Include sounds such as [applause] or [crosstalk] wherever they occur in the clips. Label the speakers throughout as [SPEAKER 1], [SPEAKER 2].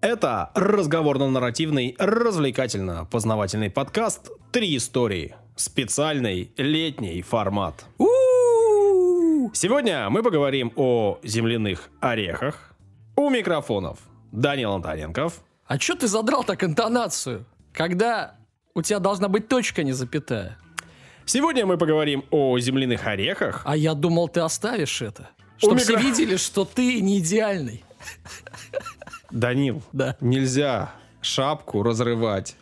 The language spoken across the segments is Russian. [SPEAKER 1] Это разговорно-нарративный, развлекательно-познавательный подкаст «Три истории». Специальный летний формат. Сегодня мы поговорим о земляных орехах. У микрофонов Данил Антоненков.
[SPEAKER 2] А чё ты задрал так интонацию, когда у тебя должна быть точка, не запятая?
[SPEAKER 1] Сегодня мы поговорим о земляных орехах.
[SPEAKER 2] А я думал, ты оставишь это. Чтобы все
[SPEAKER 1] микро-
[SPEAKER 2] видели, что ты не идеальный.
[SPEAKER 1] Данил,
[SPEAKER 2] Да. [laughs]
[SPEAKER 1] нельзя шапку разрывать.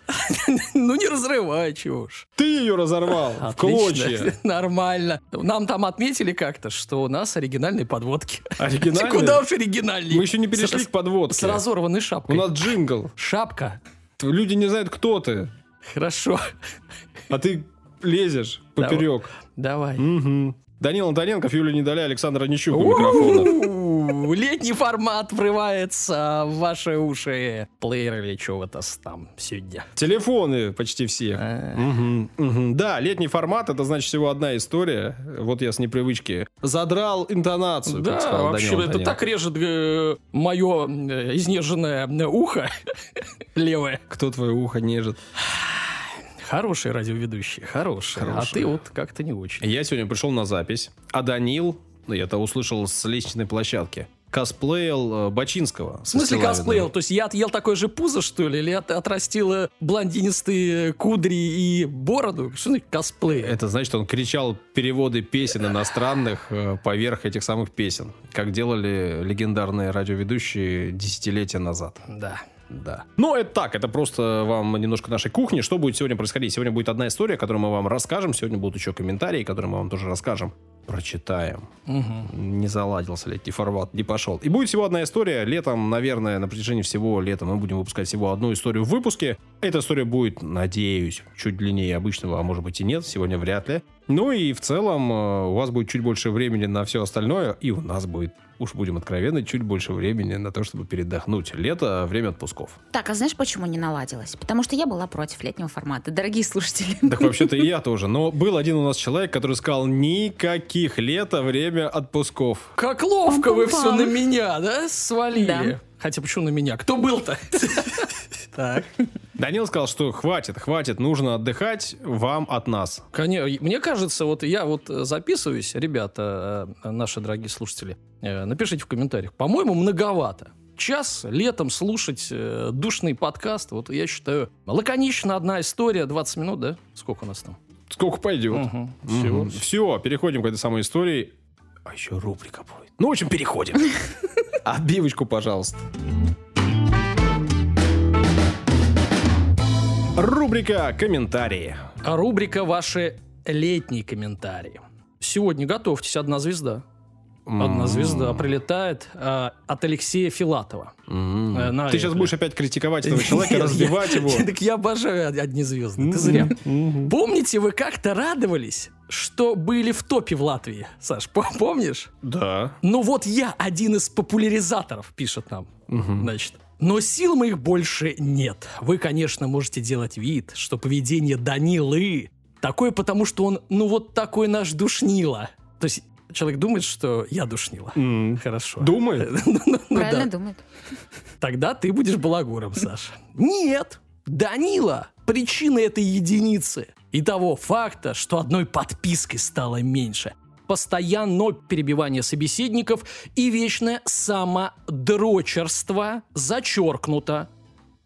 [SPEAKER 2] Ну не разрывай, чего уж.
[SPEAKER 1] Ты ее разорвал в клочья.
[SPEAKER 2] [laughs] Нормально. Нам там отметили как-то, что у нас оригинальные подводки.
[SPEAKER 1] Оригинальные?
[SPEAKER 2] [laughs] Куда уж оригинальнее.
[SPEAKER 1] Мы еще не перешли
[SPEAKER 2] С-
[SPEAKER 1] к подводке.
[SPEAKER 2] С разорванной шапкой.
[SPEAKER 1] У нас джингл.
[SPEAKER 2] Шапка.
[SPEAKER 1] Люди не знают, кто ты.
[SPEAKER 2] Хорошо. [laughs]
[SPEAKER 1] А ты лезешь
[SPEAKER 2] Давай.
[SPEAKER 1] поперек.
[SPEAKER 2] Давай.
[SPEAKER 1] Мгм. Данил Антоненков, Юлия Недоля, Александр Онищук у микрофона.
[SPEAKER 2] У-у-у, Летний формат врывается в ваши уши. Плеер или чего-то с там сегодня.
[SPEAKER 1] Телефоны почти все.
[SPEAKER 2] А,
[SPEAKER 1] Мгм, мгм. Да, летний формат, это значит всего одна история. Вот я с непривычки задрал интонацию, как
[SPEAKER 2] Да,
[SPEAKER 1] сказал
[SPEAKER 2] вообще,
[SPEAKER 1] Данил
[SPEAKER 2] это
[SPEAKER 1] Антоненков.
[SPEAKER 2] так режет мое изнеженное э, ухо [laughs] левое.
[SPEAKER 1] Кто твое ухо нежит?
[SPEAKER 2] Хороший радиоведущий, хороший. А
[SPEAKER 1] Хороший.
[SPEAKER 2] ты вот как-то не очень.
[SPEAKER 1] Я сегодня пришел на запись, а Данил, ну, я это услышал с лестничной площадки, косплеил э, Бачинского.
[SPEAKER 2] В смысле косплеил? То есть я отъел такое же пузо, что ли? Или от- отрастила блондинистые кудри и бороду? Что значит косплей?
[SPEAKER 1] Это значит, он кричал переводы песен иностранных э, поверх этих самых песен, как делали легендарные радиоведущие десятилетия назад.
[SPEAKER 2] Да.
[SPEAKER 1] Да. Ну, это так, это просто вам немножко нашей кухни. Что будет сегодня происходить? Сегодня будет одна история, которую мы вам расскажем. Сегодня будут еще комментарии, которые мы вам тоже расскажем. Прочитаем.
[SPEAKER 2] Мгм.
[SPEAKER 1] Не заладился летний формат, не пошел. И будет всего одна история. Летом, наверное, на протяжении всего лета мы будем выпускать всего одну историю в выпуске. Эта история будет, надеюсь, чуть длиннее обычного, а может быть и нет, сегодня вряд ли. Ну и в целом э, у вас будет чуть больше времени на все остальное, и у нас будет, уж будем откровенны, чуть больше времени на то, чтобы передохнуть. Лето — время отпусков.
[SPEAKER 3] Так, а знаешь, почему не наладилось? Потому что я была против летнего формата, дорогие слушатели.
[SPEAKER 1] Так вообще-то и я тоже. Но был один у нас человек, который сказал, никаких лето, время отпусков.
[SPEAKER 2] Как ловко вы все
[SPEAKER 3] Пам-пам-пам.
[SPEAKER 2] на меня, да, свалили?
[SPEAKER 3] Да.
[SPEAKER 2] Хотя почему на меня? Кто был-то? Так.
[SPEAKER 1] Данил сказал, что хватит, хватит, нужно отдыхать вам от нас.
[SPEAKER 2] Коне- Мне кажется, вот я вот э, записываюсь, ребята, э, наши дорогие слушатели, э, напишите в комментариях. По-моему, многовато. Час летом слушать э, душный подкаст, вот я считаю, лаконично одна история, 20 минут, да? Сколько у нас там?
[SPEAKER 1] Сколько пойдет.
[SPEAKER 2] Мгм.
[SPEAKER 1] Все,
[SPEAKER 2] Всего.
[SPEAKER 1] переходим к этой самой истории. А еще рубрика будет. Ну, в общем,
[SPEAKER 2] [laughs]
[SPEAKER 1] переходим. Отбивочку, пожалуйста. Рубрика «Комментарии».
[SPEAKER 2] А Рубрика «Ваши летние комментарии». Сегодня готовьтесь, одна звезда. Одна
[SPEAKER 1] М.
[SPEAKER 2] звезда прилетает э, от Алексея Филатова.
[SPEAKER 1] М.
[SPEAKER 2] Э, на
[SPEAKER 1] Ты сейчас
[SPEAKER 2] Apple.
[SPEAKER 1] будешь опять критиковать этого человека,
[SPEAKER 2] Нет,
[SPEAKER 1] разбивать
[SPEAKER 2] я-
[SPEAKER 1] его.
[SPEAKER 2] [laughs] Так я обожаю од- одни звезды, ты зря.
[SPEAKER 1] Мгм.
[SPEAKER 2] Помните, вы как-то радовались, что были в топе в Латвии, Саш, пом- помнишь?
[SPEAKER 1] Да.
[SPEAKER 2] Ну вот я один из популяризаторов, пишет нам,
[SPEAKER 1] Мгм.
[SPEAKER 2] значит. Но сил моих больше нет. Вы, конечно, можете делать вид, что поведение Данилы такое, потому что он, ну вот такой наш душнила. То есть человек думает, что я душнила.
[SPEAKER 1] М.
[SPEAKER 2] Хорошо.
[SPEAKER 1] Думает?
[SPEAKER 2] [laughs] Ну, ну, ну, да.
[SPEAKER 3] [laughs] Правильно думают.
[SPEAKER 2] Тогда ты будешь балагуром, Саша. Нет! Данила – причина этой единицы. И того факта, что одной подпиской стало меньше. Постоянно перебивание собеседников и вечное самодрочерство зачеркнуто.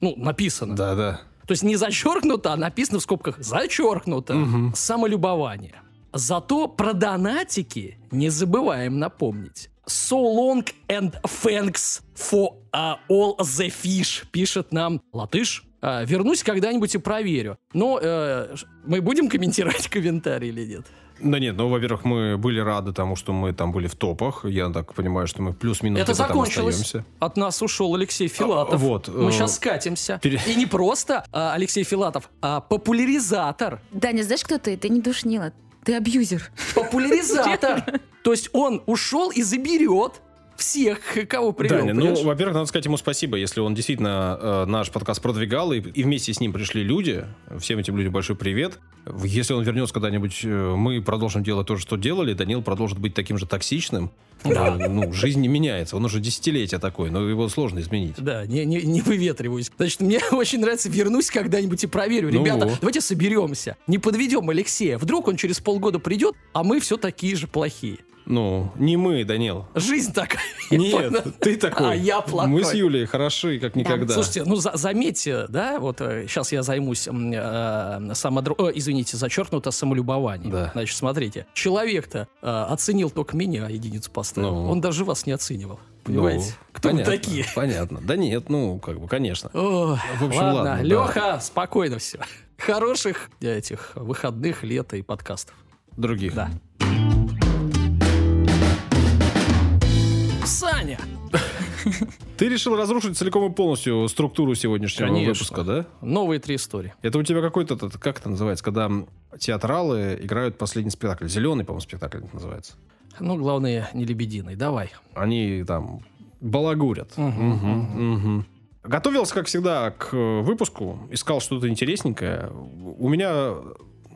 [SPEAKER 2] Ну, написано.
[SPEAKER 1] Да, да.
[SPEAKER 2] То есть не зачеркнуто, а написано в скобках «зачеркнуто».
[SPEAKER 1] Мгм.
[SPEAKER 2] Самолюбование. Зато про донатики не забываем напомнить. So long and thanks for uh, all the fish, пишет нам латыш. А, вернусь когда-нибудь и проверю. Но э, ш- мы будем комментировать комментарии или нет?
[SPEAKER 1] Да нет, ну, во-первых, мы были рады тому, что мы там были в топах. Я так понимаю, что Ну, мы плюс-минус
[SPEAKER 2] Это
[SPEAKER 1] где-то там
[SPEAKER 2] закончилось.
[SPEAKER 1] остаемся.
[SPEAKER 2] От нас ушел Алексей Филатов.
[SPEAKER 1] А, вот, э,
[SPEAKER 2] Мы сейчас скатимся.
[SPEAKER 1] пере-
[SPEAKER 2] И не просто а, Алексей Филатов, а популяризатор
[SPEAKER 3] Даня, знаешь, кто ты? Ты не душнила, ты абьюзер.
[SPEAKER 2] популяризатор. То есть он ушел и заберет всех, кого привел.
[SPEAKER 1] Даня,
[SPEAKER 2] понимаешь?
[SPEAKER 1] ну, во-первых, надо сказать ему спасибо, если он действительно э, наш подкаст продвигал, и, и вместе с ним пришли люди. Всем этим людям большой привет. В- Если он вернется когда-нибудь, э, мы продолжим делать то же, что делали. Данил продолжит быть таким же токсичным.
[SPEAKER 2] Да.
[SPEAKER 1] Э, Ну, жизнь не меняется. Он уже десятилетие такой, но его сложно изменить.
[SPEAKER 2] Да, не, не, не выветриваюсь. Значит, мне [laughs] очень нравится вернусь когда-нибудь и проверю.
[SPEAKER 1] Ну
[SPEAKER 2] Ребята,
[SPEAKER 1] вот.
[SPEAKER 2] давайте соберемся. Не подведем Алексея. Вдруг он через полгода придет, а мы все такие же плохие.
[SPEAKER 1] Ну, не мы, Данил.
[SPEAKER 2] Жизнь такая. [laughs]
[SPEAKER 1] Нет, ты такой.
[SPEAKER 2] А я плохой.
[SPEAKER 1] Мы с Юлей хороши, как никогда.
[SPEAKER 2] Слушайте, ну за- заметьте, да, вот сейчас я займусь м, э, самодро... о, извините, зачеркнуто самолюбованием.
[SPEAKER 1] Да.
[SPEAKER 2] Значит, смотрите, человек-то э, оценил только меня, единицу поставил.
[SPEAKER 1] Ну.
[SPEAKER 2] Он даже вас не оценивал.
[SPEAKER 1] Ну,
[SPEAKER 2] Понимаете? Кто
[SPEAKER 1] понятно,
[SPEAKER 2] вы такие?
[SPEAKER 1] Понятно. Да нет, ну, как бы, конечно.
[SPEAKER 2] Ой,
[SPEAKER 1] В общем,
[SPEAKER 2] ладно,
[SPEAKER 1] ладно, да.
[SPEAKER 2] Леха, спокойно все. Хороших этих выходных, лета и подкастов.
[SPEAKER 1] Других.
[SPEAKER 2] Да. Саня!
[SPEAKER 1] Ты решил разрушить целиком и полностью структуру сегодняшнего
[SPEAKER 2] Конечно.
[SPEAKER 1] выпуска, да?
[SPEAKER 2] Новые три истории.
[SPEAKER 1] Это у тебя какой-то, этот, как это называется, когда м, театралы играют последний спектакль. Зеленый, по-моему, спектакль это называется.
[SPEAKER 2] Ну, главное, не лебединой. Давай.
[SPEAKER 1] Они там балагурят.
[SPEAKER 2] Мгм,
[SPEAKER 1] Мгм, мгм. Готовился, как всегда, к э, выпуску. Искал что-то интересненькое. У меня,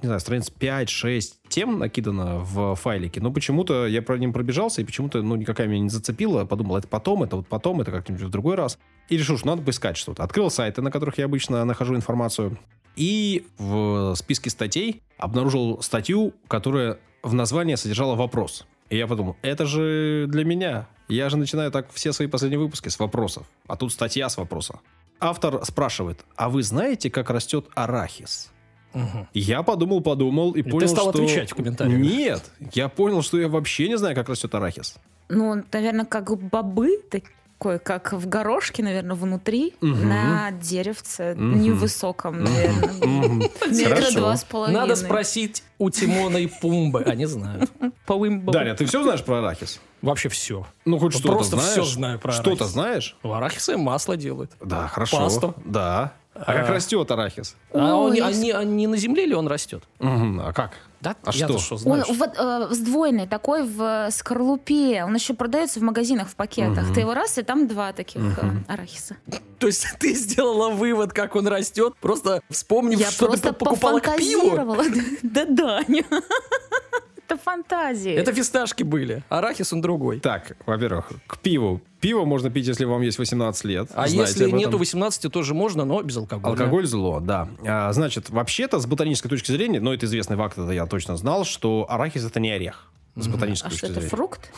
[SPEAKER 1] не знаю, страниц 5-6 тем накидано в файлике. Но почему-то я про ним пробежался, и почему-то ну, никакая меня не зацепила. Подумал, это потом, это вот потом, это как-нибудь в другой раз. И решил, что надо поискать что-то. Открыл сайты, на которых я обычно нахожу информацию. И в списке статей обнаружил статью, которая в названии содержала вопрос. И я подумал, это же для меня. Я же начинаю так все свои последние выпуски с вопросов. А тут статья с вопроса. Автор спрашивает, а вы знаете, как растет арахис?
[SPEAKER 2] мгм.
[SPEAKER 1] Я подумал, подумал и,
[SPEAKER 2] ты
[SPEAKER 1] понял,
[SPEAKER 2] стал
[SPEAKER 1] что...
[SPEAKER 2] отвечать в комментариях.
[SPEAKER 1] Нет, я понял, что я вообще не знаю, как растет арахис.
[SPEAKER 3] Ну, наверное, как бобы, такой, как в горошке, наверное, внутри,
[SPEAKER 1] Мгм.
[SPEAKER 3] на деревце
[SPEAKER 1] Мгм.
[SPEAKER 3] невысоком, наверное.
[SPEAKER 1] Мгм.
[SPEAKER 3] Метра
[SPEAKER 1] Хорошо.
[SPEAKER 3] два с половиной.
[SPEAKER 2] Надо спросить у Тимона и Пумбы. Они
[SPEAKER 3] [laughs]
[SPEAKER 2] знают.
[SPEAKER 1] Даня, ты все знаешь про арахис?
[SPEAKER 2] Вообще все.
[SPEAKER 1] Ну, хоть что-то
[SPEAKER 2] Просто
[SPEAKER 1] знаешь?
[SPEAKER 2] всё знаю про
[SPEAKER 1] Что-то
[SPEAKER 2] арахис.
[SPEAKER 1] знаешь?
[SPEAKER 2] Арахисы масло делают.
[SPEAKER 1] Да, хорошо.
[SPEAKER 2] Пасту.
[SPEAKER 1] Да. А как
[SPEAKER 2] А.
[SPEAKER 1] растет арахис?
[SPEAKER 2] А он,
[SPEAKER 3] Ой,
[SPEAKER 2] а не, а не на земле ли он растет?
[SPEAKER 1] Мгм, А как?
[SPEAKER 2] Да?
[SPEAKER 1] А
[SPEAKER 2] Я-то
[SPEAKER 1] что?
[SPEAKER 2] что
[SPEAKER 3] Он
[SPEAKER 2] знаю? что- [laughs]
[SPEAKER 3] вот э, сдвоенный такой в скорлупе. Он еще продается в магазинах в пакетах. Ты его раз, и там два таких э, арахиса.
[SPEAKER 2] То есть ты сделала вывод, как он растет, просто вспомнив,
[SPEAKER 3] Я
[SPEAKER 2] что
[SPEAKER 3] просто
[SPEAKER 2] ты покупала к пиву.
[SPEAKER 3] пофантазировала. [laughs] Да, Даня. Это фантазии.
[SPEAKER 2] Это фисташки были. Арахис он другой.
[SPEAKER 1] Так, во-первых, к пиву. Пиво можно пить, если вам есть 18 лет.
[SPEAKER 2] А
[SPEAKER 1] Знаете
[SPEAKER 2] если
[SPEAKER 1] об этом.
[SPEAKER 2] нету 18, тоже можно, но без алкоголя.
[SPEAKER 1] Алкоголь зло, да. А, значит, вообще-то, с ботанической точки зрения, ну, это известный факт, это я точно знал, что арахис это не орех. С
[SPEAKER 3] А
[SPEAKER 1] ботанической
[SPEAKER 3] что
[SPEAKER 1] точки
[SPEAKER 3] это,
[SPEAKER 1] зрения.
[SPEAKER 3] фрукт?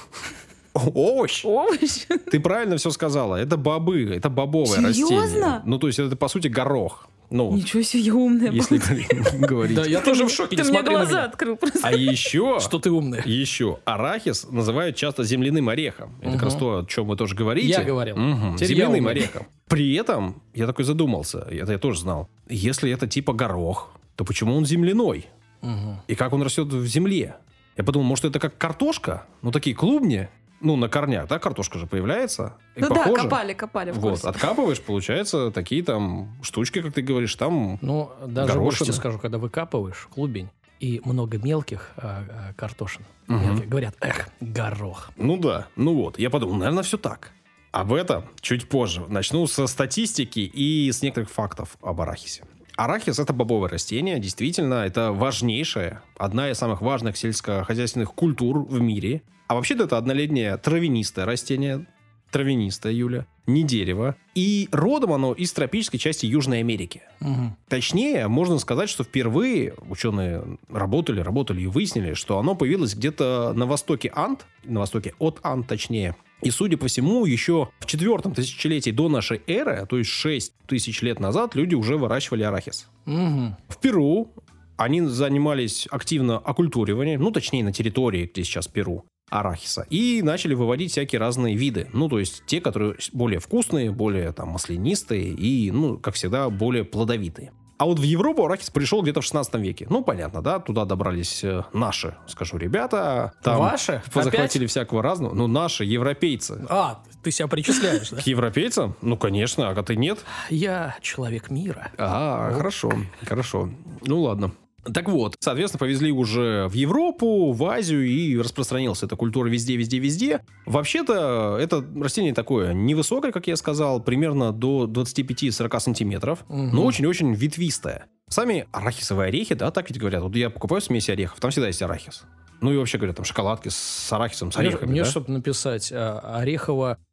[SPEAKER 1] Овощ!
[SPEAKER 3] Овощ?
[SPEAKER 1] Ты правильно все сказала. Это бобы, это бобовое растение.
[SPEAKER 3] Серьезно?
[SPEAKER 1] Ну, то есть, это, по сути, горох. Ну,
[SPEAKER 3] Ничего себе, я умная.
[SPEAKER 1] если
[SPEAKER 3] была.
[SPEAKER 1] [laughs] говорить.
[SPEAKER 2] Да, я
[SPEAKER 3] [laughs]
[SPEAKER 2] тоже в шоке,
[SPEAKER 3] Ты
[SPEAKER 2] не
[SPEAKER 3] мне
[SPEAKER 2] смотри на
[SPEAKER 3] глаза
[SPEAKER 2] меня.
[SPEAKER 3] открыл просто.
[SPEAKER 1] А еще...
[SPEAKER 2] Что ты умная.
[SPEAKER 1] Еще арахис называют часто земляным орехом. Это как раз то, о чем вы тоже говорите.
[SPEAKER 2] Я говорил.
[SPEAKER 1] Мгм.
[SPEAKER 2] Теперь я
[SPEAKER 1] Земляным
[SPEAKER 2] умный.
[SPEAKER 1] орехом. При этом, я такой задумался, это я тоже знал, если это типа горох, то почему он земляной?
[SPEAKER 2] Мгм.
[SPEAKER 1] И как он растет в земле? Я подумал, может, это как картошка? Ну, такие клубни, ну, на корнях, да, картошка же появляется. И
[SPEAKER 3] Ну да,
[SPEAKER 1] похоже.
[SPEAKER 3] копали, копали. в
[SPEAKER 1] Вот,
[SPEAKER 3] курсе.
[SPEAKER 1] откапываешь, получается, такие там штучки, как ты говоришь, там...
[SPEAKER 2] Ну, даже
[SPEAKER 1] Горошина.
[SPEAKER 2] больше тебе скажу, когда выкапываешь клубень и много мелких а, а, картошин,
[SPEAKER 1] Мгм.
[SPEAKER 2] мелких, говорят, эх, горох.
[SPEAKER 1] Ну да, ну вот. Я подумал, наверное, все так. Об этом чуть позже. Начну со статистики и с некоторых фактов об арахисе. Арахис – это бобовое растение. Действительно, это важнейшая, одна из самых важных сельскохозяйственных культур в мире. А вообще-то это однолетнее травянистое растение. Травянистое, Юля. Не дерево. И родом оно из тропической части Южной Америки.
[SPEAKER 2] Мгм.
[SPEAKER 1] Точнее, можно сказать, что впервые ученые работали, работали и выяснили, что оно появилось где-то на востоке Ант, на востоке от Ант точнее. И, судя по всему, еще в четвертом тысячелетии до нашей эры, а то есть 6 тысяч лет назад, люди уже выращивали арахис.
[SPEAKER 2] Мгм.
[SPEAKER 1] В Перу они занимались активно оккультуриванием, ну, точнее, на территории, где сейчас Перу, арахиса, и начали выводить всякие разные виды. Ну, то есть те, которые с- более вкусные, более там маслянистые и, ну, как всегда, более плодовитые. А вот в Европу арахис пришел где-то в 16 веке. Ну, понятно, да, туда добрались э, наши, скажу, ребята. Там
[SPEAKER 2] Ваши?
[SPEAKER 1] Захватили всякого разного. Ну, наши, европейцы.
[SPEAKER 2] А, ты себя причисляешь, да? [laughs]
[SPEAKER 1] К европейцам? Ну, конечно, а ты нет.
[SPEAKER 2] Я человек мира. А,
[SPEAKER 1] Ага, хорошо, хорошо. А Ну ладно. Так вот, соответственно, повезли уже в Европу, в Азию, и распространилась эта культура везде, везде, везде. Вообще-то, это растение такое невысокое, как я сказал, примерно до 25-40 сантиметров,
[SPEAKER 2] Мгм.
[SPEAKER 1] но очень-очень ветвистое. Сами арахисовые орехи, да, так ведь говорят. Вот я покупаю смесь орехов, там всегда есть арахис. Ну и вообще говорят, там шоколадки с арахисом, с
[SPEAKER 2] Мне-
[SPEAKER 1] орехами,
[SPEAKER 2] Мне,
[SPEAKER 1] да?
[SPEAKER 2] чтобы написать а,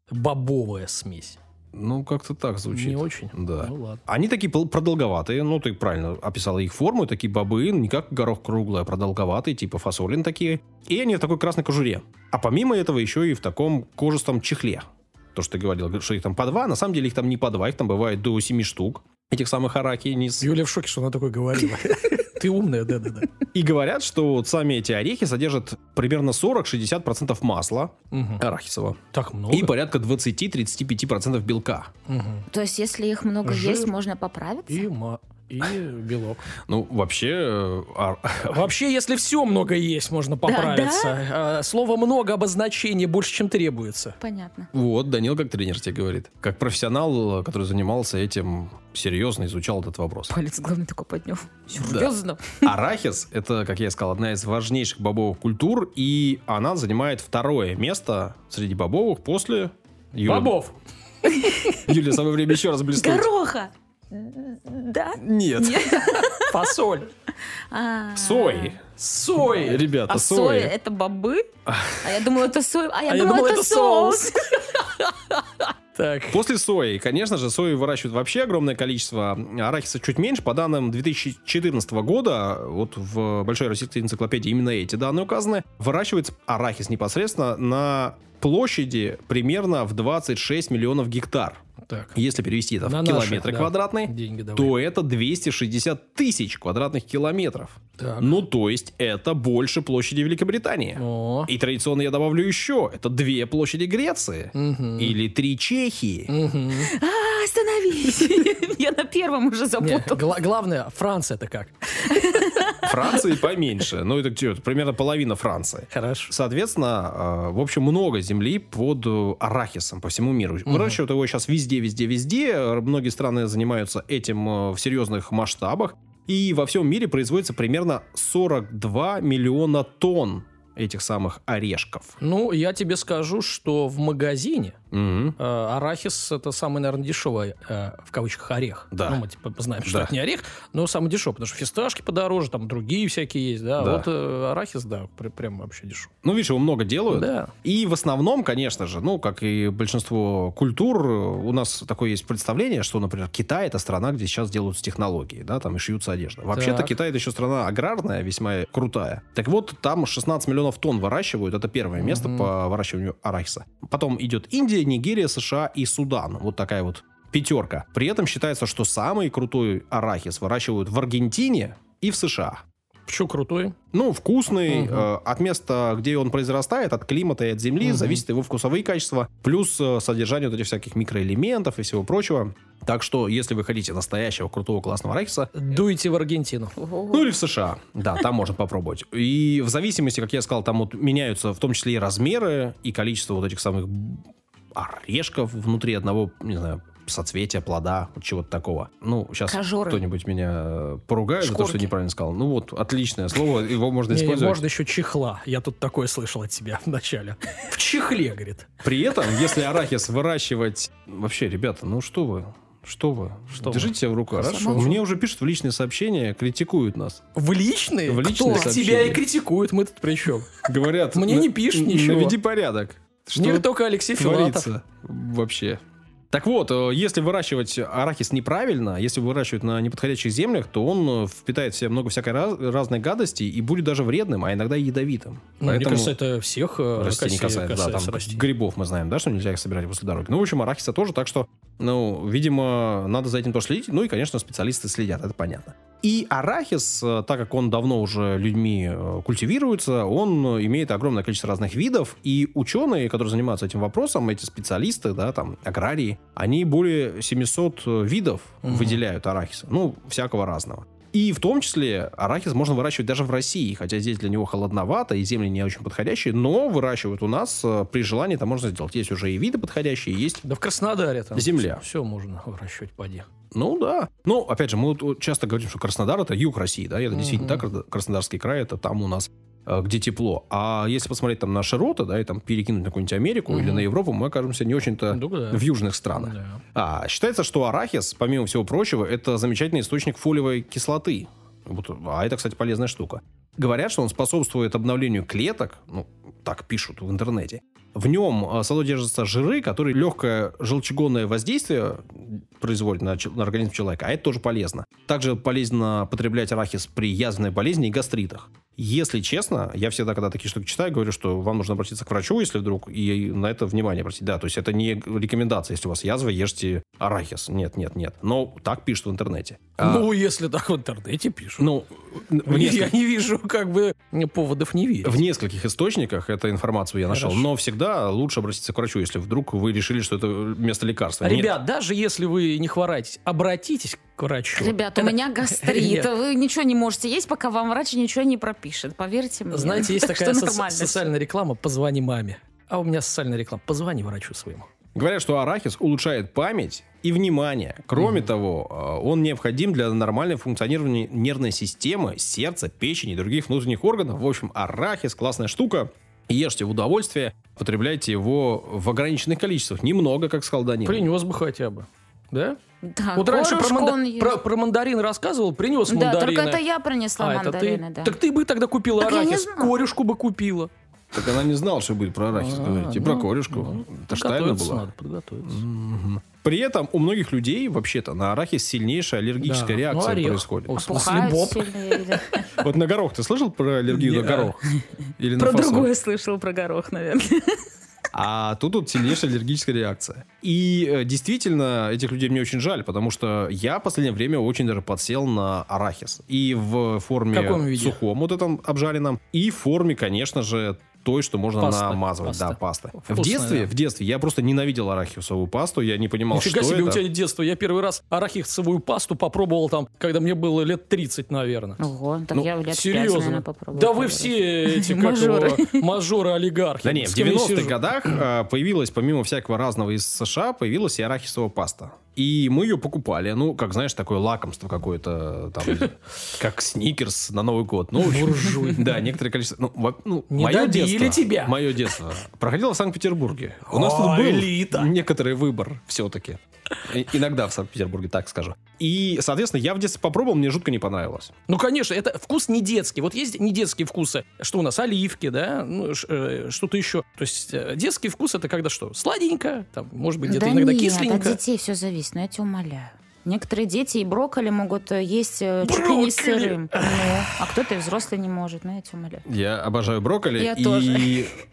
[SPEAKER 2] орехово-бобовая смесь.
[SPEAKER 1] Ну, как-то так звучит.
[SPEAKER 2] Не очень?
[SPEAKER 1] Да.
[SPEAKER 2] Ну ладно.
[SPEAKER 1] Они такие пол- продолговатые, ну, ты правильно описала их форму, такие бобы, ну, не как горох круглый, а продолговатые, типа фасолин такие. И они в такой красной кожуре. А помимо этого еще и в таком кожистом чехле. То, что ты говорил, что их там по два, на самом деле их там не по два, их там бывает до семи штук. Этих самых араки
[SPEAKER 2] Юля в шоке, что она такое говорила. [laughs] Ты умная, да-да-да.
[SPEAKER 1] И говорят, что вот сами эти орехи содержат примерно 40-60% масла
[SPEAKER 2] Мгм.
[SPEAKER 1] арахисового
[SPEAKER 2] Так много?
[SPEAKER 1] и порядка 20-35% белка.
[SPEAKER 2] Мгм.
[SPEAKER 3] То есть, если их много
[SPEAKER 2] Жир.
[SPEAKER 3] есть, можно поправиться?
[SPEAKER 2] И ма- и белок.
[SPEAKER 1] Ну, вообще, э, ар-
[SPEAKER 2] Вообще, если все много есть, можно поправиться. А, Слово много обозначений больше, чем требуется.
[SPEAKER 3] Понятно.
[SPEAKER 1] Вот, Данил как тренер тебе говорит. Как профессионал, э, который занимался этим серьезно, изучал этот вопрос.
[SPEAKER 3] Палец главный такой поднял. Серьезно?
[SPEAKER 1] Арахис – это, как я и сказал, одна из важнейших бобовых культур, и она занимает второе место среди бобовых после... Юля-
[SPEAKER 2] Бобов!
[SPEAKER 1] Юля, самое время еще раз блеснуть.
[SPEAKER 3] Гороха! Да?
[SPEAKER 1] Нет.
[SPEAKER 2] Фасоль!
[SPEAKER 3] А.
[SPEAKER 1] Сои.
[SPEAKER 2] Сой!
[SPEAKER 1] Ребята,
[SPEAKER 3] А сои
[SPEAKER 1] сои.
[SPEAKER 3] это бобы? А я думала, это сои. А
[SPEAKER 2] А
[SPEAKER 3] я думала, это соус. [laughs]
[SPEAKER 2] [laughs] Так.
[SPEAKER 1] После сои, конечно же, сои выращивают вообще огромное количество. Арахиса чуть меньше. По данным 2014 года, вот в Большой российской энциклопедии именно эти данные указаны, выращивается арахис непосредственно на площади примерно в 26 миллионов гектар.
[SPEAKER 2] Так.
[SPEAKER 1] Если перевести это
[SPEAKER 2] На
[SPEAKER 1] в
[SPEAKER 2] наши,
[SPEAKER 1] километры
[SPEAKER 2] да.
[SPEAKER 1] квадратные,
[SPEAKER 2] Деньги давай.
[SPEAKER 1] то это 260 тысяч квадратных километров.
[SPEAKER 2] Так.
[SPEAKER 1] Ну, то есть это больше площади Великобритании.
[SPEAKER 2] О.
[SPEAKER 1] И традиционно я добавлю еще, это две площади Греции.
[SPEAKER 2] Мгм.
[SPEAKER 1] Или три Чехии.
[SPEAKER 2] Мгм.
[SPEAKER 3] А, остановись. [laughs] Я на первом уже
[SPEAKER 2] Не,
[SPEAKER 3] запутал.
[SPEAKER 2] гла- Главное, Франция-то как?
[SPEAKER 1] Франции поменьше. Ну, это где-то примерно половина Франции.
[SPEAKER 2] Хорошо.
[SPEAKER 1] Соответственно, э, в общем, много земли под э, арахисом по всему миру. Выращивают его сейчас везде, везде, везде. Э, Многие страны занимаются этим э, в серьезных масштабах. И во всем мире производится примерно 42 миллиона тонн этих самых орешков.
[SPEAKER 2] Ну, я тебе скажу, что в магазине
[SPEAKER 1] Мгм.
[SPEAKER 2] э, арахис это самый, наверное, дешевый, э, в кавычках, орех.
[SPEAKER 1] Да.
[SPEAKER 2] Ну, мы типа знаем, что
[SPEAKER 1] Да.
[SPEAKER 2] это не орех, но самый дешевый, потому что фисташки подороже, там другие всякие есть, да.
[SPEAKER 1] Да.
[SPEAKER 2] Вот э, арахис, да, пр- прям вообще дешевый.
[SPEAKER 1] Ну, видишь, его много делают.
[SPEAKER 2] Да.
[SPEAKER 1] И в основном, конечно же, ну, как и большинство культур, э, у нас такое есть представление, что, например, Китай — это страна, где сейчас делаются технологии, да, там и шьются одежда. Вообще-то
[SPEAKER 2] Так.
[SPEAKER 1] Китай — это еще страна аграрная, весьма крутая. Так вот, там 16 миллионов тонн выращивают, это первое место
[SPEAKER 2] Мгм.
[SPEAKER 1] по выращиванию арахиса. Потом идет Индия, Нигерия, США и Судан. Вот такая вот пятерка. При этом считается, что самый крутой арахис выращивают в Аргентине и в США.
[SPEAKER 2] Почему крутой?
[SPEAKER 1] Ну, вкусный.
[SPEAKER 2] Мгм.
[SPEAKER 1] э, от места, где он произрастает, от климата и от земли,
[SPEAKER 2] Мгм.
[SPEAKER 1] зависят его вкусовые качества, плюс э, содержание вот этих всяких микроэлементов и всего прочего. Так что, если вы хотите настоящего крутого классного арахиса,
[SPEAKER 2] Дуйте в Аргентину.
[SPEAKER 1] ну
[SPEAKER 3] Ого.
[SPEAKER 1] или в США, да, там можно попробовать. И в зависимости, как я сказал, там вот меняются в том числе и размеры, и количество вот этих самых орешков внутри одного, не знаю, соцветия, плода, вот чего-то такого. Ну, сейчас
[SPEAKER 3] Кожуры.
[SPEAKER 1] кто-нибудь меня э, поругает за то, что
[SPEAKER 3] Шкурки.
[SPEAKER 1] неправильно сказал. Ну вот, отличное слово, его можно
[SPEAKER 2] Не,
[SPEAKER 1] использовать.
[SPEAKER 2] можно еще чехла. Я тут такое слышал от тебя [laughs] вначале. В чехле, говорит.
[SPEAKER 1] При этом, если арахис выращивать... Вообще, ребята, ну что вы? Что вы?
[SPEAKER 2] Что
[SPEAKER 1] Держите себя в руках.
[SPEAKER 3] Хорошо.
[SPEAKER 1] Мне уже пишут в личные сообщения, критикуют нас.
[SPEAKER 2] В личные?
[SPEAKER 1] В личные
[SPEAKER 2] Кто? Тебя
[SPEAKER 1] сообщения.
[SPEAKER 2] и критикуют, мы тут при чем?
[SPEAKER 1] Говорят...
[SPEAKER 2] Мне
[SPEAKER 1] «На-
[SPEAKER 2] не пишут
[SPEAKER 1] н-
[SPEAKER 2] ничего».
[SPEAKER 1] Наведи порядок.
[SPEAKER 2] Мне только Алексей Филатов.
[SPEAKER 1] творится вообще? Так вот, э, если выращивать арахис неправильно, если выращивать на неподходящих землях, то он э, впитает в себя много всякой раз- разной гадости и будет даже вредным, а иногда и ядовитым.
[SPEAKER 2] Ну, Мне кажется, это всех э,
[SPEAKER 1] Растений
[SPEAKER 2] касается-
[SPEAKER 1] касается, да,
[SPEAKER 2] касается
[SPEAKER 1] там
[SPEAKER 2] растений.
[SPEAKER 1] грибов мы знаем, да, что нельзя их собирать после дороги. Ну, в общем, арахиса тоже, так что, ну, видимо, надо за этим тоже следить. Ну и, конечно, специалисты следят, это понятно. И арахис, э, так как он давно уже людьми э, культивируется, он э, имеет огромное количество разных видов, и ученые, которые занимаются этим вопросом, эти специалисты, да, там, аграрии, они более 700 видов
[SPEAKER 2] Мгм.
[SPEAKER 1] выделяют арахиса, ну, всякого разного. И в том числе арахис можно выращивать даже в России, хотя здесь для него холодновато и земли не очень подходящие, но выращивают у нас э, при желании это можно сделать. Есть уже и виды подходящие, есть
[SPEAKER 2] Да в Краснодаре там.
[SPEAKER 1] Земля.
[SPEAKER 2] Все можно выращивать, поди.
[SPEAKER 1] Ну да. Ну, опять же, мы вот- вот часто говорим, что Краснодар это юг России, да, и это действительно так, Краснодар- Краснодарский край, это там у нас э, где тепло. А если посмотреть там на широты, да, и там перекинуть на какую-нибудь Америку или на Европу, мы окажемся не очень-то
[SPEAKER 2] Ну да.
[SPEAKER 1] Э, в южных странах.
[SPEAKER 2] Да.
[SPEAKER 1] А, считается, что арахис, помимо всего прочего, это замечательный источник фолиевой кислоты. Вот, а это, кстати, полезная штука. Говорят, что он способствует обновлению клеток, ну, так пишут в интернете. В нем а, содержатся жиры, которые легкое желчегонное воздействие производят на, чел- на организм человека, а это тоже полезно. Также полезно потреблять арахис при язвенной болезни и гастритах. Если честно, я всегда, когда такие штуки читаю, говорю, что вам нужно обратиться к врачу, если вдруг, и на это внимание обратить. Да, то есть это не рекомендация, если у вас язва, ешьте арахис. Нет, нет, нет. Но так пишут в интернете. А,
[SPEAKER 2] Ну, если так в интернете пишут.
[SPEAKER 1] ну, в нескольких-
[SPEAKER 2] Я не вижу, как бы, поводов не видно.
[SPEAKER 1] В нескольких источниках эту информацию я нашел,
[SPEAKER 2] Хорошо.
[SPEAKER 1] но всегда лучше обратиться к врачу, если вдруг вы решили, что это вместо лекарства. Не-
[SPEAKER 2] Ребят, даже если вы не хвораетесь, обратитесь к врачу.
[SPEAKER 3] Ребят, у
[SPEAKER 2] Это- [laughs]
[SPEAKER 3] меня гастрит.
[SPEAKER 2] Нет.
[SPEAKER 3] Вы ничего не можете есть, пока вам врач ничего не пропишет. Поверьте мне.
[SPEAKER 2] Знаете, есть
[SPEAKER 3] [laughs] что
[SPEAKER 2] такая со-
[SPEAKER 3] нормально всё.
[SPEAKER 2] социальная реклама «Позвони маме». А у меня социальная реклама «Позвони врачу своему».
[SPEAKER 1] Говорят, что арахис улучшает память и внимание. Кроме того, э, он необходим для нормального функционирования нервной системы, сердца, печени и других внутренних органов. В общем, арахис классная штука. Ешьте в удовольствие, потребляйте его в ограниченных количествах. Немного, как сказал Данил.
[SPEAKER 2] Принес бы хотя бы. Да?
[SPEAKER 3] Да,
[SPEAKER 2] вот раньше про,
[SPEAKER 3] горошку
[SPEAKER 2] манда-
[SPEAKER 3] он ест.
[SPEAKER 2] про- про мандарин рассказывал, принес
[SPEAKER 3] А Да,
[SPEAKER 2] мандарины.
[SPEAKER 3] только это я принесла
[SPEAKER 2] а, это
[SPEAKER 3] мандарины,
[SPEAKER 2] ты?
[SPEAKER 3] да.
[SPEAKER 2] Так ты бы тогда купила
[SPEAKER 3] Так я не
[SPEAKER 2] арахис,
[SPEAKER 3] знала.
[SPEAKER 2] корюшку бы купила.
[SPEAKER 1] Так она не знала, что будет про арахис
[SPEAKER 2] А,
[SPEAKER 1] говорить. И про
[SPEAKER 2] ну,
[SPEAKER 1] корешку.
[SPEAKER 2] ну,
[SPEAKER 1] Это ж тайна
[SPEAKER 2] подготовиться
[SPEAKER 1] была.
[SPEAKER 2] надо, подготовиться.
[SPEAKER 1] При этом у многих людей вообще-то на арахис сильнейшая аллергическая
[SPEAKER 2] Да. Ну,
[SPEAKER 1] реакция
[SPEAKER 2] орех.
[SPEAKER 1] происходит.
[SPEAKER 2] О,
[SPEAKER 3] А
[SPEAKER 2] в смысле,
[SPEAKER 3] Пухают
[SPEAKER 2] боб.
[SPEAKER 3] сильно,
[SPEAKER 2] [laughs]
[SPEAKER 3] я видела.
[SPEAKER 1] Вот на горох ты слышал про аллергию на
[SPEAKER 2] Не, а.
[SPEAKER 1] горох? [laughs] Или на
[SPEAKER 3] Про
[SPEAKER 1] фасоль?
[SPEAKER 3] другое слышал, про горох, наверное.
[SPEAKER 1] А тут вот сильнейшая аллергическая реакция. И э, действительно, этих людей мне очень жаль, потому что я в последнее время очень даже подсел на арахис. И в форме
[SPEAKER 2] Каком виде?
[SPEAKER 1] сухом, вот этом обжаренном, и в форме, конечно же, той, что можно
[SPEAKER 2] Паста,
[SPEAKER 1] намазывать.
[SPEAKER 2] паста.
[SPEAKER 1] Да, паста. в
[SPEAKER 2] Вкусная,
[SPEAKER 1] детстве,
[SPEAKER 2] да.
[SPEAKER 1] в детстве я просто ненавидел арахисовую пасту, я не понимал,
[SPEAKER 2] Нифига
[SPEAKER 1] что
[SPEAKER 2] себе,
[SPEAKER 1] это.
[SPEAKER 2] у тебя детство. Я первый раз арахисовую пасту попробовал там, когда мне было лет 30, наверное.
[SPEAKER 3] [laughs] Ого, так
[SPEAKER 1] Ну,
[SPEAKER 3] я лет пять,
[SPEAKER 2] Серьезно.
[SPEAKER 3] наверное, попробую.
[SPEAKER 2] Да вы все эти, как
[SPEAKER 3] Мажоры.
[SPEAKER 2] его, мажоры-олигархи.
[SPEAKER 1] Да не,
[SPEAKER 2] С
[SPEAKER 1] в
[SPEAKER 2] кем я
[SPEAKER 1] 90-х
[SPEAKER 2] сижу?
[SPEAKER 1] годах э, появилась, помимо всякого разного из США, появилась и арахисовая паста. И мы ее покупали. Ну, как знаешь, такое лакомство какое-то,
[SPEAKER 2] [laughs]
[SPEAKER 1] там, как сникерс на Новый год. Ну, в общем,
[SPEAKER 2] Буржуй.
[SPEAKER 1] [laughs] Да, некоторое количество. Ну, во- ну,
[SPEAKER 2] Не
[SPEAKER 1] моё
[SPEAKER 2] добили
[SPEAKER 1] детство-
[SPEAKER 2] тебя.
[SPEAKER 1] Мое детство. Проходило в Санкт-Петербурге. У нас
[SPEAKER 2] О,
[SPEAKER 1] тут был
[SPEAKER 2] элита.
[SPEAKER 1] некоторый выбор все-таки. Иногда в Санкт-Петербурге, так скажу. И, соответственно, я в детстве попробовал, мне жутко не понравилось.
[SPEAKER 2] Ну, конечно, это вкус не детский. Вот есть не детские вкусы. Что у нас? Оливки, да? Ну, ш- э, что-то еще. То есть э, детский вкус это когда что? Сладенько, там, может быть, где-то
[SPEAKER 3] Да
[SPEAKER 2] иногда
[SPEAKER 3] нет, а от
[SPEAKER 2] кисленько.
[SPEAKER 3] детей все зависит, но я тебя умоляю. Некоторые дети и брокколи могут э, есть э, чуть ли не
[SPEAKER 2] Брокколи!
[SPEAKER 3] сырым. Ну, а кто-то и взрослый не может, ну я тебя умоляю.
[SPEAKER 1] Я обожаю брокколи.
[SPEAKER 3] Я
[SPEAKER 1] и
[SPEAKER 3] тоже.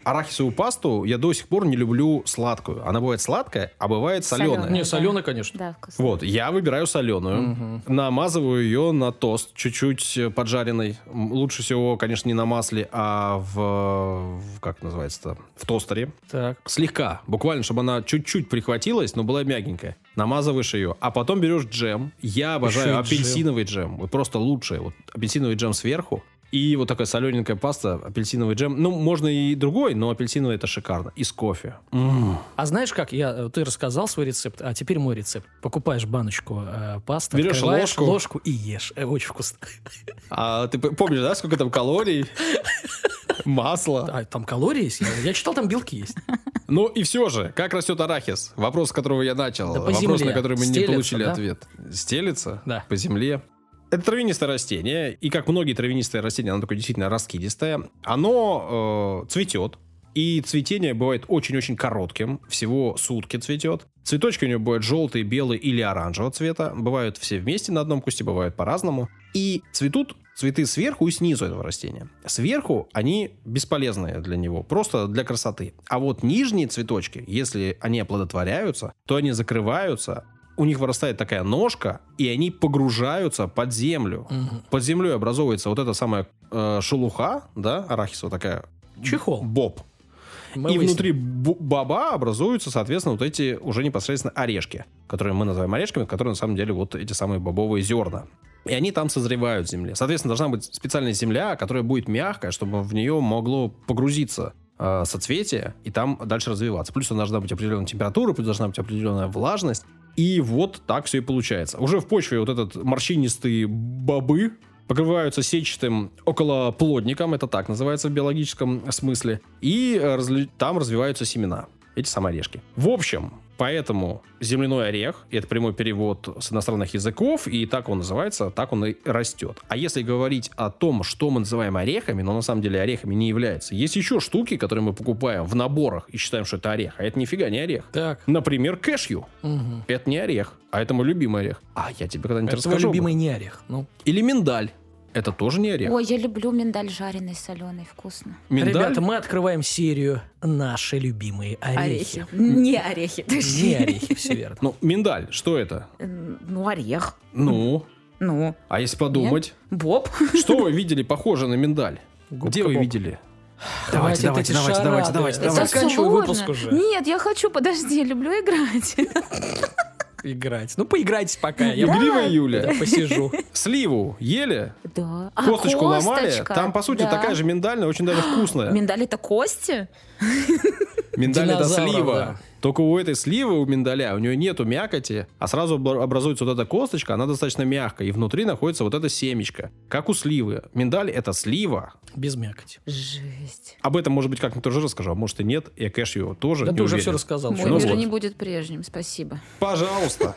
[SPEAKER 1] арахисовую пасту я до сих пор не люблю сладкую. Она бывает сладкая, а бывает соленая.
[SPEAKER 3] Соленая.
[SPEAKER 2] Не, соленый, конечно.
[SPEAKER 3] Да, вкусно.
[SPEAKER 1] Вот, я выбираю соленую, намазываю ее на тост, чуть-чуть э, поджаренный. М, Лучше всего, конечно, не на масле, а в, в- как называется-то, в тостере.
[SPEAKER 2] Так.
[SPEAKER 1] Слегка, буквально, чтобы она чуть-чуть прихватилась, но была мягенькая. Намазываешь ее, а потом берешь джем. Я обожаю
[SPEAKER 2] Еще и джем.
[SPEAKER 1] апельсиновый джем. Вот просто лучшее. Вот апельсиновый джем сверху. И вот такая солененькая паста, апельсиновый джем. Ну, можно и другой, но апельсиновый это шикарно. И с кофе. М.
[SPEAKER 2] А знаешь как? Я, э, ты рассказал свой рецепт, а теперь мой рецепт. Покупаешь баночку э, пасты,
[SPEAKER 1] Берешь
[SPEAKER 2] открываешь
[SPEAKER 1] ложку.
[SPEAKER 2] ложку и ешь. Э, очень вкусно.
[SPEAKER 1] А ты п- помнишь, да, сколько там
[SPEAKER 2] [laughs]
[SPEAKER 1] калорий? Масло.
[SPEAKER 2] А, там калории есть? Я, я читал, там
[SPEAKER 1] [laughs]
[SPEAKER 2] белки есть.
[SPEAKER 1] Ну и все же, как растет арахис? Вопрос, с которого я начал.
[SPEAKER 2] Да по
[SPEAKER 1] Вопрос,
[SPEAKER 2] земле.
[SPEAKER 1] на который мы не
[SPEAKER 2] Стелется,
[SPEAKER 1] получили
[SPEAKER 2] да?
[SPEAKER 1] ответ. Стелится?
[SPEAKER 2] Да.
[SPEAKER 1] По земле. Это травянистое растение, и как многие травянистые растения, оно такое действительно раскидистое. Оно э, цветет, и цветение бывает очень-очень коротким, всего сутки цветет. Цветочки у него бывают желтые, белые или оранжевого цвета. Бывают все вместе на одном кусте, бывают по-разному. И цветут цветы сверху и снизу этого растения. Сверху они бесполезные для него, просто для красоты. А вот нижние цветочки, если они оплодотворяются, то они закрываются, у них вырастает такая ножка, и они погружаются под землю. Под землей образовывается вот эта самая э, шелуха, да, арахисовая такая.
[SPEAKER 2] Чехол.
[SPEAKER 1] Боб.
[SPEAKER 2] Мы
[SPEAKER 1] и внутри
[SPEAKER 2] выяснили.
[SPEAKER 1] бу- баба образуются, соответственно, вот эти уже непосредственно орешки, которые мы называем орешками, которые на самом деле вот эти самые бобовые зерна. И они там созревают в земле. Соответственно, должна быть специальная земля, которая будет мягкая, чтобы в нее могло погрузиться э, соцветие и там дальше развиваться. Плюс она должна быть определенная температура, плюс должна быть определенная влажность. И вот так все и получается. Уже в почве вот этот морщинистые бобы покрываются сетчатым околоплодником, это так называется в биологическом смысле, и э, разли- там развиваются семена, эти самые орешки. В общем, поэтому земляной орех, и это прямой перевод с иностранных языков, и так он называется, так он и растет. А если говорить о том, что мы называем орехами, но на самом деле орехами не является, есть еще штуки, которые мы покупаем в наборах и считаем, что это орех, а это нифига не орех.
[SPEAKER 2] Так.
[SPEAKER 1] Например, кэшью.
[SPEAKER 2] мгм.
[SPEAKER 1] Это не орех, а это мой любимый орех. А я тебе когда-нибудь
[SPEAKER 2] Это твой
[SPEAKER 1] расскажу. об этом.
[SPEAKER 2] любимый не орех. Ну.
[SPEAKER 1] Или миндаль. Это тоже не орех.
[SPEAKER 3] Ой, я люблю миндаль жареный, соленый, вкусно.
[SPEAKER 1] Миндаль?
[SPEAKER 2] Ребята, мы открываем серию «Наши любимые орехи».
[SPEAKER 3] Не орехи, точнее.
[SPEAKER 2] Не орехи, все
[SPEAKER 1] [laughs]
[SPEAKER 2] верно.
[SPEAKER 1] Ну, миндаль, что это?
[SPEAKER 3] М, Ну, орех.
[SPEAKER 1] Ну,
[SPEAKER 3] Ну,
[SPEAKER 1] а если подумать,
[SPEAKER 3] боб.
[SPEAKER 1] что вы видели похоже на миндаль? Где вы
[SPEAKER 2] Губка Боб.
[SPEAKER 1] видели?
[SPEAKER 2] Давайте,
[SPEAKER 4] давайте,
[SPEAKER 2] эти
[SPEAKER 4] давайте, давайте,
[SPEAKER 2] шарады.
[SPEAKER 4] давайте,
[SPEAKER 3] Это
[SPEAKER 4] давайте.
[SPEAKER 2] Заканчивай
[SPEAKER 3] сложно.
[SPEAKER 2] выпуск уже.
[SPEAKER 3] Нет, я хочу, подожди, люблю играть.
[SPEAKER 1] [laughs]
[SPEAKER 2] Играть. Ну, поиграйтесь пока. Я буду-
[SPEAKER 1] Игривая
[SPEAKER 2] я
[SPEAKER 1] Юля.
[SPEAKER 2] посижу.
[SPEAKER 1] Сливу ели,
[SPEAKER 3] Да. А,
[SPEAKER 1] косточку ломали.
[SPEAKER 3] косточка,
[SPEAKER 1] Там, по сути,
[SPEAKER 3] да.
[SPEAKER 1] такая же миндальная, очень даже вкусная.
[SPEAKER 3] Миндаль это кости?
[SPEAKER 1] Миндаль это
[SPEAKER 2] Динозавров,
[SPEAKER 1] слива.
[SPEAKER 2] да.
[SPEAKER 1] Только у этой сливы, у миндаля, у нее нету мякоти, а сразу обра- образуется вот эта косточка, она достаточно мягкая, и внутри находится вот эта семечко, как у сливы. Миндаль это слива.
[SPEAKER 2] Без мякоти.
[SPEAKER 3] Жесть.
[SPEAKER 1] Об этом, может быть, как-нибудь тоже расскажу, а может и нет. Я кэшью тоже
[SPEAKER 2] Да
[SPEAKER 1] не
[SPEAKER 2] ты уже
[SPEAKER 1] уверен.
[SPEAKER 2] все рассказал.
[SPEAKER 3] Мой
[SPEAKER 2] чё.
[SPEAKER 1] Ну
[SPEAKER 3] мир
[SPEAKER 1] вот.
[SPEAKER 3] не будет прежним, спасибо.
[SPEAKER 1] Пожалуйста.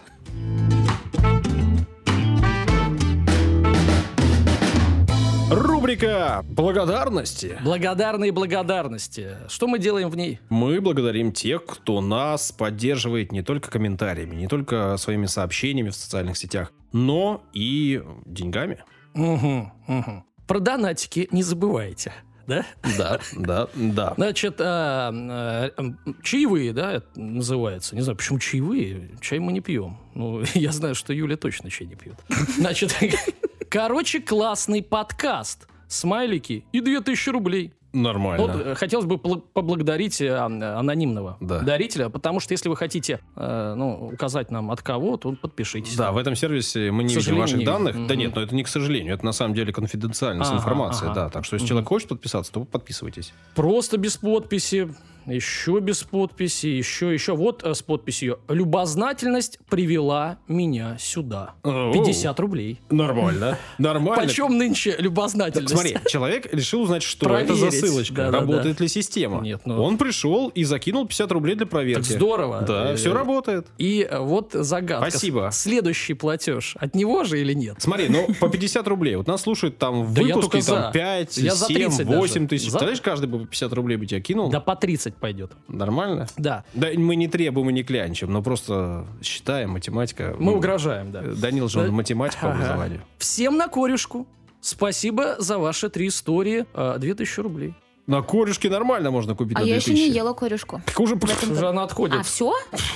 [SPEAKER 1] Рубрика «Благодарности».
[SPEAKER 2] Благодарные благодарности. Что мы делаем в ней?
[SPEAKER 1] Мы благодарим тех, кто нас поддерживает не только комментариями, не только своими сообщениями в социальных сетях, но и деньгами.
[SPEAKER 2] Угу, угу. Про донатики не забывайте. Да?
[SPEAKER 1] Да, да, да.
[SPEAKER 2] Значит, а, а, м, чаевые, да, это называется. Не знаю, почему чаевые. Чай мы не пьем. Ну, [laughs] я знаю, что Юля точно чай не пьет. Значит, [laughs] короче, классный подкаст. Смайлики и 2000 рублей. Вот,
[SPEAKER 1] Нормально.
[SPEAKER 2] э, хотелось бы пл- поблагодарить э, ан- анонимного
[SPEAKER 1] Да.
[SPEAKER 2] дарителя, потому что если вы хотите э, ну, указать нам от кого, то подпишитесь.
[SPEAKER 1] Да, в этом сервисе мы
[SPEAKER 2] К
[SPEAKER 1] не видим
[SPEAKER 2] сожалению,
[SPEAKER 1] ваших
[SPEAKER 2] не
[SPEAKER 1] данных.
[SPEAKER 2] видим.
[SPEAKER 1] Да
[SPEAKER 2] Мгм.
[SPEAKER 1] нет, но это не к сожалению, это на самом деле конфиденциальность
[SPEAKER 2] Ага,
[SPEAKER 1] информации,
[SPEAKER 2] ага.
[SPEAKER 1] да. Так что если
[SPEAKER 2] Мгм.
[SPEAKER 1] человек хочет подписаться, то подписывайтесь.
[SPEAKER 2] Просто без подписи, еще без подписи, еще, еще. Вот э, с подписью. Любознательность привела меня сюда. 50 рублей. [laughs]
[SPEAKER 1] Нормально. Нормально.
[SPEAKER 2] Почем нынче любознательность?
[SPEAKER 1] Смотри, человек решил узнать, что это
[SPEAKER 2] Проверить.
[SPEAKER 1] за ссылочка,
[SPEAKER 2] Да-да-да.
[SPEAKER 1] работает ли система.
[SPEAKER 2] Нет, ну-
[SPEAKER 1] Он пришел и закинул 50 рублей для проверки.
[SPEAKER 2] Так здорово.
[SPEAKER 1] Да,
[SPEAKER 2] Э,
[SPEAKER 1] все работает.
[SPEAKER 2] И э, вот загадка.
[SPEAKER 1] Спасибо.
[SPEAKER 2] Следующий платеж. От него же или нет?
[SPEAKER 1] Смотри, ну по 50 рублей. Вот нас слушают там в
[SPEAKER 2] Да я
[SPEAKER 1] выпуске
[SPEAKER 2] только
[SPEAKER 1] там
[SPEAKER 2] за.
[SPEAKER 1] 5,
[SPEAKER 2] Я за
[SPEAKER 1] 7,
[SPEAKER 2] 30 даже.
[SPEAKER 1] 8 тысяч.
[SPEAKER 2] За.
[SPEAKER 1] Представляешь, каждый бы по 50 рублей бы тебе кинул.
[SPEAKER 2] Да по 30 пойдет.
[SPEAKER 1] Нормально?
[SPEAKER 2] Да.
[SPEAKER 1] Да, мы не требуем и не клянчим, но просто считаем, математика...
[SPEAKER 2] Мы
[SPEAKER 1] Ну,
[SPEAKER 2] угрожаем, да.
[SPEAKER 1] э, Данил же он
[SPEAKER 2] Да.
[SPEAKER 1] математик по
[SPEAKER 2] Ага.
[SPEAKER 1] образованию.
[SPEAKER 2] Всем на корюшку. Спасибо за ваши три истории. Э, 2000 рублей.
[SPEAKER 1] На корюшке нормально можно купить
[SPEAKER 3] А
[SPEAKER 1] на
[SPEAKER 3] я еще не
[SPEAKER 1] 2000.
[SPEAKER 3] ела корюшку.
[SPEAKER 1] Как уже...
[SPEAKER 2] Уже она отходит.
[SPEAKER 3] А, все?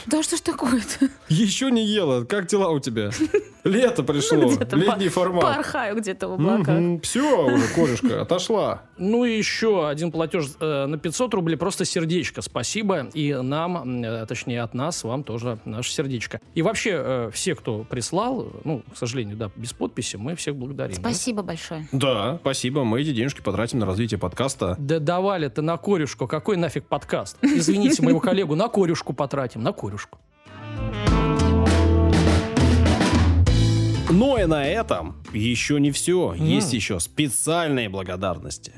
[SPEAKER 3] Да что ж такое-то?
[SPEAKER 1] Еще не ела. Как дела у тебя? Лето пришло.
[SPEAKER 3] [laughs] Где-то
[SPEAKER 1] Летний
[SPEAKER 3] по-
[SPEAKER 1] формат.
[SPEAKER 3] Порхаю где-то в облаках.
[SPEAKER 1] Все, уже корешка отошла.
[SPEAKER 2] Ну и еще один платеж э, на 500 рублей. Просто сердечко. Спасибо. И нам, э, точнее от нас, вам тоже наше сердечко. И вообще э, все, кто прислал, э, ну, к сожалению, да, без подписи, мы всех благодарим.
[SPEAKER 3] Спасибо большое.
[SPEAKER 1] Да, спасибо, мы эти денежки потратим на развитие подкаста.
[SPEAKER 2] Да давали-то на корюшку. Какой нафиг подкаст? Извините моего коллегу, на корюшку потратим, на корюшку.
[SPEAKER 1] Но и на этом еще не все.
[SPEAKER 2] М.
[SPEAKER 1] Есть еще специальные благодарности.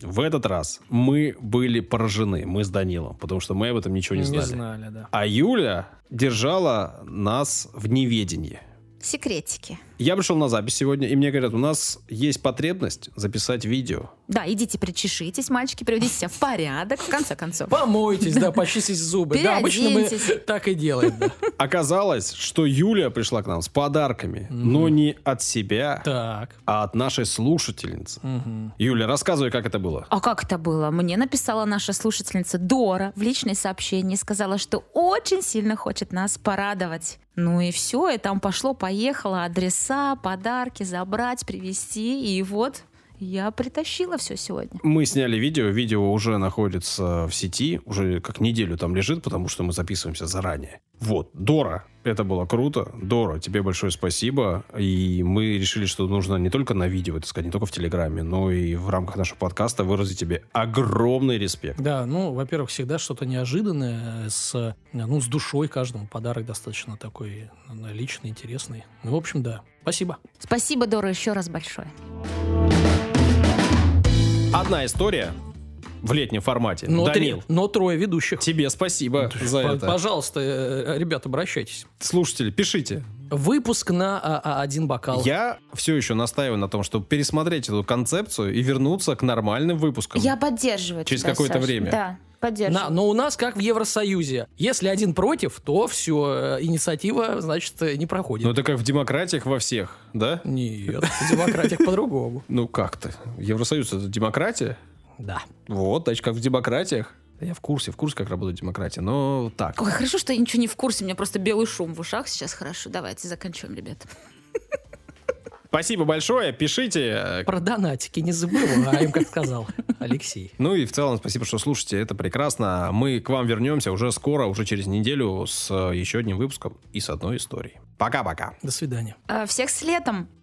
[SPEAKER 1] В этот раз мы были поражены, мы с Данилом, потому что мы об этом ничего не знали.
[SPEAKER 2] да.
[SPEAKER 1] А Юля держала нас в неведении.
[SPEAKER 3] Секретики.
[SPEAKER 1] Я пришел на запись сегодня, и мне говорят, у нас есть потребность записать видео.
[SPEAKER 3] Да, идите причешитесь, мальчики, приведите себя в порядок, в конце концов.
[SPEAKER 2] Помойтесь, да, почистите зубы. Да, обычно мы
[SPEAKER 3] Переоденьтесь.
[SPEAKER 2] так и делаем. да.
[SPEAKER 1] Оказалось, что Юля пришла к нам с подарками, но не от себя,
[SPEAKER 2] Так.
[SPEAKER 1] а от нашей слушательницы.
[SPEAKER 2] мгм.
[SPEAKER 1] Юля, рассказывай, как это было.
[SPEAKER 3] А как это было? Мне написала наша слушательница Дора в личное сообщение, сказала, что очень сильно хочет нас порадовать. Ну и все, и там пошло-поехало, адреса, подарки забрать, привезти, и вот Я притащила все сегодня.
[SPEAKER 1] Мы сняли видео, видео уже находится в сети, уже как неделю там лежит, потому что мы записываемся заранее. Вот, Дора, это было круто. Дора, тебе большое спасибо. И мы решили, что нужно не только на видео, так сказать, не только в Телеграме, но и в рамках нашего подкаста выразить тебе огромный респект.
[SPEAKER 2] Да, ну, во-первых, всегда что-то неожиданное с, э, ну, с душой каждому. Подарок достаточно такой э, личный, интересный. Ну, в общем, да. Спасибо.
[SPEAKER 3] Спасибо, Дора, еще раз большое.
[SPEAKER 1] Одна история в летнем формате.
[SPEAKER 2] Но, три-
[SPEAKER 1] Данил,
[SPEAKER 2] но трое ведущих.
[SPEAKER 1] тебе спасибо за
[SPEAKER 2] П-
[SPEAKER 1] это.
[SPEAKER 2] Пожалуйста, э, ребят, обращайтесь.
[SPEAKER 1] Слушатели, пишите.
[SPEAKER 2] Выпуск на а, а, один бокал.
[SPEAKER 1] Я все еще настаиваю на том, чтобы пересмотреть эту концепцию и вернуться к нормальным выпускам.
[SPEAKER 3] Я поддерживаю
[SPEAKER 1] Через
[SPEAKER 3] тебя,
[SPEAKER 1] какое-то
[SPEAKER 3] Саш.
[SPEAKER 1] время.
[SPEAKER 3] Да, поддерживаю.
[SPEAKER 2] На- но у нас как в Евросоюзе. Если один против, то все, инициатива, значит, э, не проходит.
[SPEAKER 1] Ну, это как в демократиях во всех, да?
[SPEAKER 2] [laughs] Нет, в демократиях по-другому.
[SPEAKER 1] Ну, как ты? Евросоюз — это демократия?
[SPEAKER 2] Да.
[SPEAKER 1] Вот, значит, как в демократиях. Да Я в курсе, в курсе, как работает демократия. Но так.
[SPEAKER 3] Ой, хорошо, что я ничего не в курсе, у меня просто белый шум в ушах сейчас. Хорошо, давайте заканчиваем, ребят.
[SPEAKER 1] Спасибо большое, пишите.
[SPEAKER 2] Про донатики не забываем, как сказал Алексей.
[SPEAKER 1] Ну и в целом спасибо, что слушаете, это прекрасно. Мы к вам вернемся уже скоро, уже через неделю с э, еще одним выпуском и с одной историей. Пока-пока.
[SPEAKER 2] До свидания.
[SPEAKER 3] А, Всех с летом!